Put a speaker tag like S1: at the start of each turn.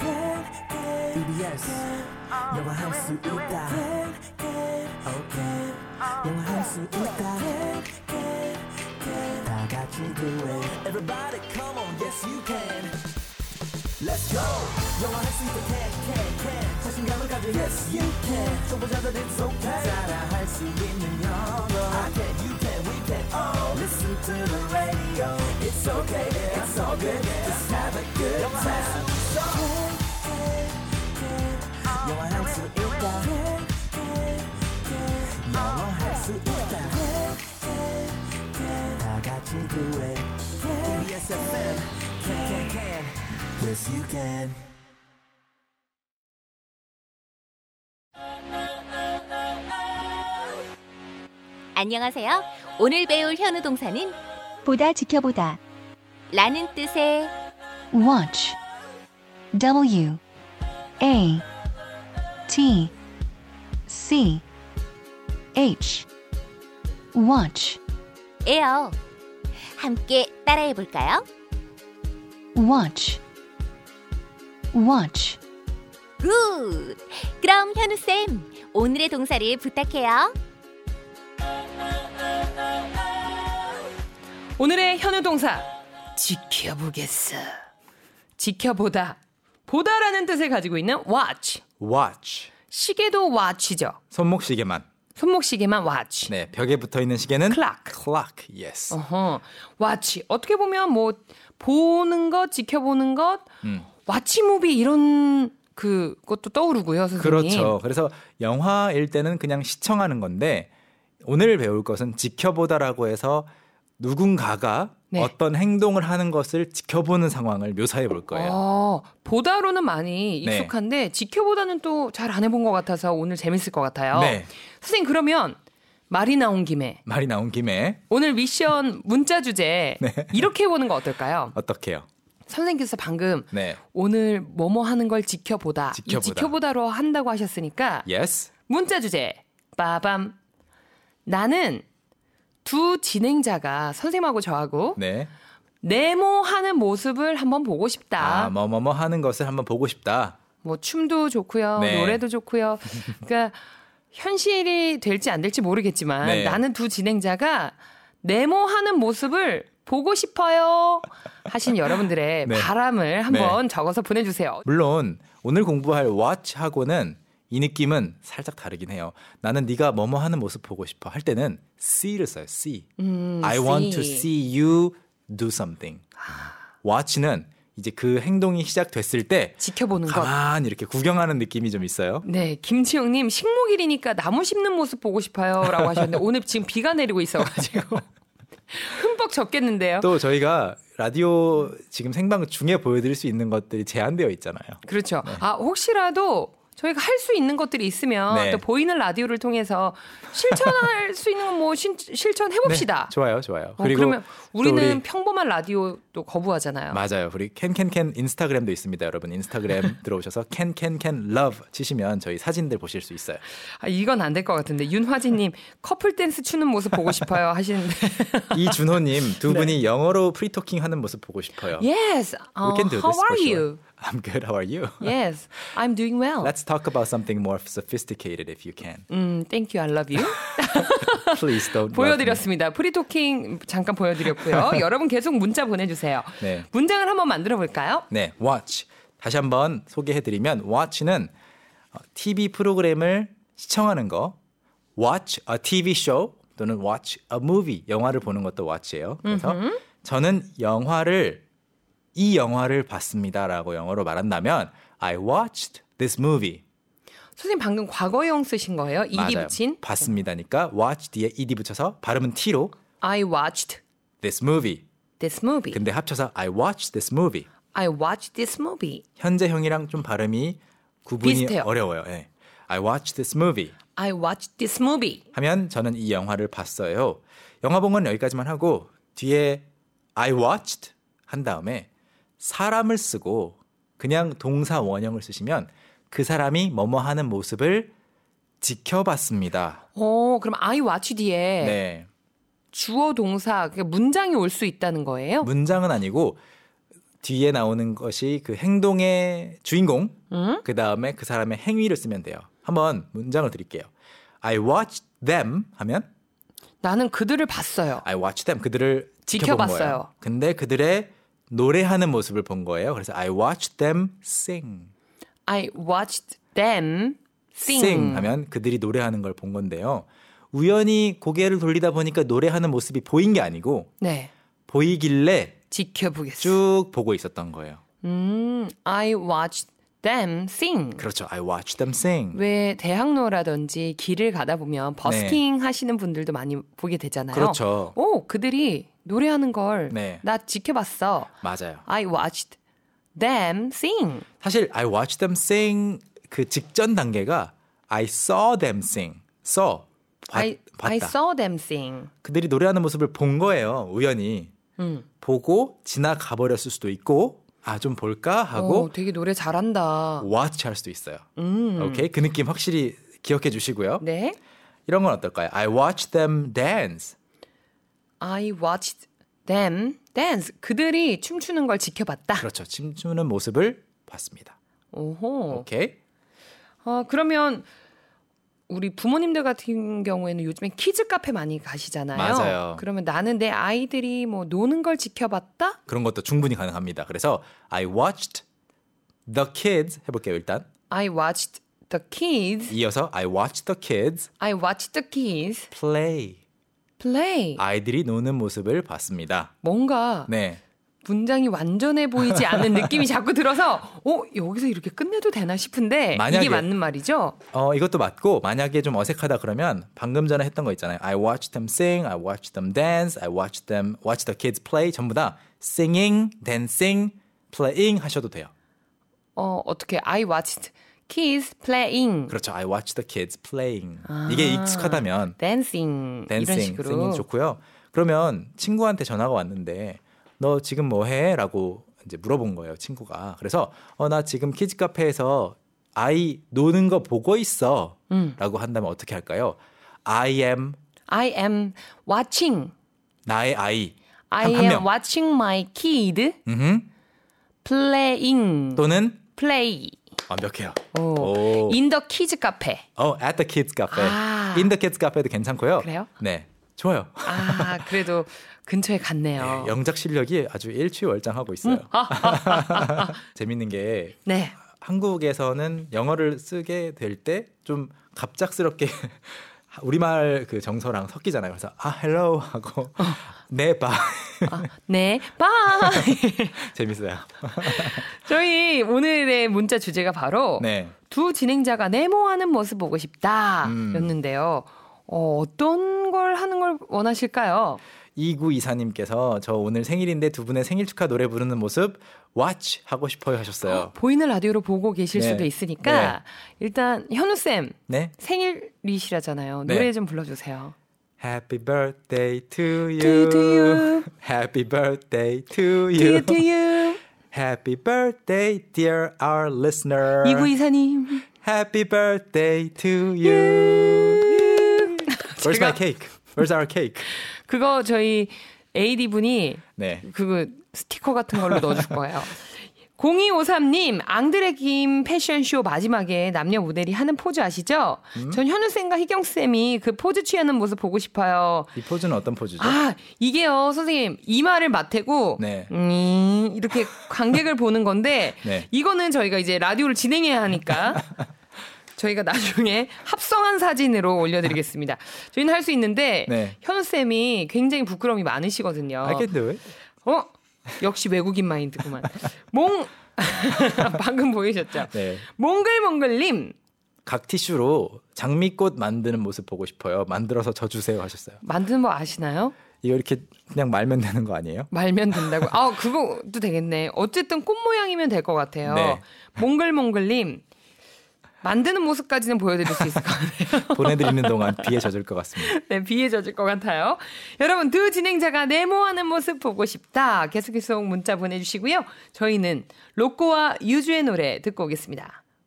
S1: E yes 영화할 수 있다 E okay 영화할 수 있다 다 같이 do it everybody come on yes you can Let's go 영화할 수 있다 can E can can 자신감을 가져 yes you can 초보자들 it's okay 따라할 수 있는 영어 I can you can we can all listen to the radio it's okay yeah, it's all good just have a good time 영화할 수 있다 영화할 수 있다 다 같이 do it KBS FM can can can yes you can
S2: 안녕하세요. 오늘 배울 현우 동사는
S3: 보다 지켜보다
S2: 라는 뜻의
S3: watch w a t c h watch
S2: 에요. 함께 따라해 볼까요?
S3: watch watch
S2: 굿! 그럼 현우쌤, 오늘의 동사를 부탁해요.
S4: 오늘의 현우 동사 지켜보겠어. 지켜보다. 보다라는 뜻을 가지고 있는 watch.
S5: watch.
S4: 시계도 watch죠.
S5: 손목시계만.
S4: 손목시계만 watch.
S5: 네, 벽에 붙어 있는 시계는
S4: clock.
S5: clock. Yes.
S4: 어허. watch. 어떻게 보면 뭐 보는 것, 지켜보는 것,
S5: 음.
S4: watch movie 이런 그것도 떠오르고요, 선생님.
S5: 그렇죠. 그래서 영화일 때는 그냥 시청하는 건데 오늘 배울 것은 지켜보다라고 해서 누군가가
S4: 네.
S5: 어떤 행동을 하는 것을 지켜보는 상황을 묘사해 볼 거예요.
S4: 어, 보다로는 많이
S5: 네.
S4: 익숙한데 지켜보다는 또 잘 안 해본 것 같아서 오늘 재밌을 것 같아요.
S5: 네.
S4: 선생님 그러면 말이 나온 김에
S5: 말이 나온 김에
S4: 오늘 미션 문자 주제
S5: 네.
S4: 이렇게 해보는 거 어떨까요?
S5: 어떻게요?
S4: 선생님께서 방금
S5: 네.
S4: 오늘 뭐뭐 하는 걸 지켜보다, 이
S5: 지켜보다. 예.
S4: 지켜보다로 한다고 하셨으니까
S5: Yes.
S4: 문자 주제 빠밤 나는 두 진행자가 선생님하고 저하고
S5: 네.
S4: 네모하는 모습을 한번 보고 싶다.
S5: 아, 뭐뭐뭐 하는 것을 한번 보고 싶다.
S4: 뭐 춤도 좋고요,
S5: 네.
S4: 노래도 좋고요. 그러니까 현실이 될지 안 될지 모르겠지만
S5: 네.
S4: 나는 두 진행자가 네모하는 모습을 보고 싶어요 하신 여러분들의
S5: 네.
S4: 바람을 한번 적어서 보내주세요.
S5: 물론 오늘 공부할 watch하고는 이 느낌은 살짝 다르긴 해요. 나는 네가 뭐뭐 하는 모습 보고 싶어 할 때는 see를 써요. see.
S4: 음,
S5: I want to see you do something. watch는 이제 그 행동이 시작됐을 때
S4: 지켜보는 것.
S5: 가만히 이렇게 구경하는 느낌이 좀 있어요.
S4: 네, 김치영님 식목일이니까 나무 심는 모습 보고 싶어요라고 하셨는데 오늘 지금 비가 내리고 있어가지고 흠뻑 젖겠는데요.
S5: 또 저희가 라디오 지금 생방 중에 보여드릴 수 있는 것들이 제한되어 있잖아요.
S4: 그렇죠. 아 혹시라도 저희가 할 수 있는 것들이 있으면
S5: 네.
S4: 또 보이는 라디오를 통해서 실천할 수 있는 건 뭐 실천해 봅시다.
S5: 네,
S4: 어,
S5: 좋아요, 좋아요.
S4: 그리고 그러면
S5: 또 우리-
S4: 우리는 평범한 라디오도 거부하잖아요.
S5: 맞아요. 우리 캔캔캔 인스타그램도 있습니다. 여러분 인스타그램 들어오셔서 캔캔캔 러브 치시면 저희 사진들 보실 수 있어요.
S4: 아, 이건 안 될 것 같은데 윤화진님 커플 댄스 추는 모습 보고 싶어요 하시는데.
S5: 이준호님 두
S4: 네.
S5: 분이 영어로 프리토킹 하는 모습 보고 싶어요.
S4: yes.
S5: We
S4: 어,
S5: can do
S4: how
S5: this for
S4: are
S5: sure.
S4: you? 예.
S5: I'm good. How are you?
S4: Yes, I'm doing well.
S5: Let's talk about something more sophisticated if you can.
S4: 음, thank you, I love you.
S5: Please don't. love me.
S4: 보여드렸습니다. 프리토킹 잠깐 보여드렸고요. 여러분 계속 문자 보내주세요.
S5: 네.
S4: 문장을 한번 만들어 볼까요?
S5: 네, watch. 다시 한번 소개해드리면 watch는 어, TV 프로그램을 시청하는 거, watch a TV show 또는 watch a movie 영화를 보는 것도 watch예요. 그래서 저는 영화를 이 영화를 봤습니다라고 영어로 말한다면 I watched this movie.
S4: 선생님 방금 과거형 쓰신 거예요? 이디 붙인
S5: 봤습니다니까 watch 뒤에 ed 붙여서 발음은 t로
S4: I watched
S5: this movie.
S4: this movie.
S5: 근데 합쳐서 I watched this movie.
S4: I watched this movie.
S5: 현재형이랑 좀 발음이 구분이
S4: 비슷해요.
S5: 어려워요. 예. I watched this movie
S4: I watched this movie.
S5: 하면 저는 이 영화를 봤어요. 영화 본 건 여기까지만 하고 뒤에 I watched 한 다음에 사람을 쓰고 그냥 동사 원형을 쓰시면 그 사람이 뭐뭐 하는 모습을 지켜봤습니다.
S4: 어, 그럼 I watch 뒤에
S5: 네.
S4: 주어 동사 그러니까 문장이 올 수 있다는 거예요?
S5: 문장은 아니고 뒤에 나오는 것이 그 행동의 주인공, 그 다음에 그 사람의 행위를 쓰면 돼요. 한번 문장을 드릴게요. I watched them 하면
S4: 나는 그들을 봤어요.
S5: I watched them 그들을 지켜본
S4: 지켜봤어요.
S5: 거예요. 근데 그들의 노래하는 모습을 본 거예요. 그래서 I watched them sing.
S4: I watched them sing.
S5: 하면 그들이 노래하는 걸 본 건데요. 우연히 고개를 돌리다 보니까 노래하는 모습이 보인 게 아니고
S4: 네.
S5: 보이길래
S4: 지켜보겠습니다.
S5: 쭉 보고 있었던 거예요.
S4: 음, I watched them sing.
S5: 그렇죠. I watched them sing.
S4: 왜 대학로라든지 길을 가다 보면 버스킹 하시는 분들도 많이 보게 되잖아요.
S5: 네. 그렇죠.
S4: 오, 그들이 노래하는 걸 나
S5: 네.
S4: 지켜봤어.
S5: 맞아요.
S4: I watched them sing.
S5: 사실 I watched them sing 그 직전 단계가 I saw them sing. saw 봤,
S4: I,
S5: 봤다.
S4: I saw them sing.
S5: 그들이 노래하는 모습을 본 거예요. 우연히
S4: 음.
S5: 보고 지나가 버렸을 수도 있고 아 좀 볼까 하고
S4: 오, 되게 노래 잘한다.
S5: watch 할 수도 있어요.
S4: 음.
S5: 오케이 그 느낌 확실히 기억해 주시고요.
S4: 네.
S5: 이런 건 어떨까요? I watched them dance.
S4: I watched them dance. 그들이 춤추는 걸 지켜봤다.
S5: 그렇죠. 춤추는 모습을 봤습니다.
S4: 오호.
S5: 오케이.
S4: 아, 그러면 우리 부모님들 같은 경우에는 요즘에 키즈 카페 많이 가시잖아요.
S5: 맞아요.
S4: 그러면 나는 내 아이들이 뭐 노는 걸 지켜봤다?
S5: 그런 것도 충분히 가능합니다. 그래서 I watched the kids 해볼게요. 일단
S4: I watched the kids.
S5: 이어서 I watched the kids
S4: I watched the kids
S5: play.
S4: play.
S5: 아이들이 노는 모습을 봤습니다.
S4: 뭔가
S5: 네.
S4: 문장이 완전해 보이지 않은 느낌이 자꾸 들어서 어, 여기서 이렇게 끝내도 되나 싶은데
S5: 만약에-
S4: 이게 맞는 말이죠?
S5: 어, 이것도 맞고 만약에 좀 어색하다 그러면 방금 전에 했던 거 있잖아요. I watched them sing, I watched them dance, I watched them watch the kids play 전부 다 singing, dancing, playing 하셔도 돼요.
S4: 어, 어떻게 I watched kids playing,
S5: 그렇죠. I watched the kids playing. 이게 익숙하다면
S4: dancing, 이런
S5: 댄싱,
S4: 식으로
S5: 싱잉 좋고요. 그러면 친구한테 전화가 왔는데 너 지금 뭐 해? 라고 이제 물어본 거예요, 친구가. 그래서 어, 나 지금 키즈 카페에서 아이 노는 거 보고 있어.
S4: 음.
S5: 라고 한다면 어떻게 할까요? I am
S4: I am watching.
S5: 나의 아이.
S4: I
S5: 한- 한
S4: am
S5: 명.
S4: watching my kid
S5: 음흠.
S4: playing
S5: 또는
S4: play
S5: 완벽해요.
S4: 오.
S5: 오.
S4: in the kids cafe.
S5: 어, at the kids cafe.
S4: 아.
S5: in the kids cafe도 괜찮고요.
S4: 그래요?
S5: 네. 좋아요.
S4: 아, 그래도 근처에 갔네요.
S5: 영작 실력이 아주 일취월장하고 있어요.
S4: 음.
S5: 재밌는 게
S4: 네.
S5: 한국에서는 영어를 쓰게 될 때 좀 갑작스럽게 우리말 그 정서랑 섞이잖아요. 그래서 아 헬로 하고
S4: 어.
S5: 네바
S4: 네. 바이.
S5: 재밌어요.
S4: 저희 오늘의 문자 주제가 바로
S5: 네.
S4: 두 진행자가 네모하는 모습 보고
S5: 음.
S4: 싶다였는데요. 어, 어떤 걸 하는 걸 원하실까요?
S5: 이구 이사님께서 저 오늘 생일인데 두 분의 생일 축하 노래 부르는 모습 watch 하고 싶어요 하셨어요.
S4: 보이는 라디오로 보고 계실
S5: 네.
S4: 수도 있으니까 일단 현우 쌤
S5: 네.
S4: 생일이시라잖아요.
S5: 네.
S4: 노래 좀 불러주세요.
S5: Happy birthday to you.
S4: To- to you.
S5: Happy birthday to
S4: Do
S5: you.
S4: you do you
S5: Happy birthday dear our listener.
S4: 이구 이사님.
S5: Happy birthday to you. Where's my
S4: 제가-
S5: cake? Where's our cake?
S4: 그거 저희 AD 분이
S5: 네.
S4: 그거 스티커 같은 걸로 넣어줄 거예요. 0253님, 앙드레 김 패션쇼 마지막에 남녀 모델이 하는 포즈 아시죠? 전 현우쌤과 희경쌤이 그 포즈 취하는 모습 보고 싶어요.
S5: 이 포즈는 어떤 포즈죠?
S4: 아, 이게요, 선생님. 이마를 맞대고,
S5: 네.
S4: 음, 이렇게 관객을 보는 건데,
S5: 네.
S4: 이거는 저희가 이제 라디오를 진행해야 하니까, 저희가 나중에 합성한 사진으로 올려드리겠습니다. 저희는 할 수 있는데,
S5: 네. 아,
S4: 현우쌤이 굉장히 부끄러움이 많으시거든요.
S5: I can do it.
S4: 어? 역시 외국인 마인드구만. 몽, 방금 보이셨죠?
S5: 네.
S4: 몽글몽글님,
S5: 각 티슈로 장미꽃 만드는 모습 보고 싶어요. 만들어서 저 주세요 하셨어요.
S4: 만드는 법 아시나요?
S5: 이거 이렇게 그냥 말면 되는 거 아니에요?
S4: 말면 된다고. 아, 그거도 되겠네. 어쨌든 꽃 모양이면 될 것 같아요.
S5: 네.
S4: 몽글몽글님. 만드는 모습까지는 보여드릴 수 있을 것 같아요.
S5: 보내드리는 동안 비에 젖을 것 같습니다.
S4: 네, 비에 젖을 것 같아요. 여러분, 두 진행자가 네모하는 모습 보고 싶다. 계속해서 문자 보내주시고요. 저희는 로꼬와 유주의 노래 듣고 오겠습니다.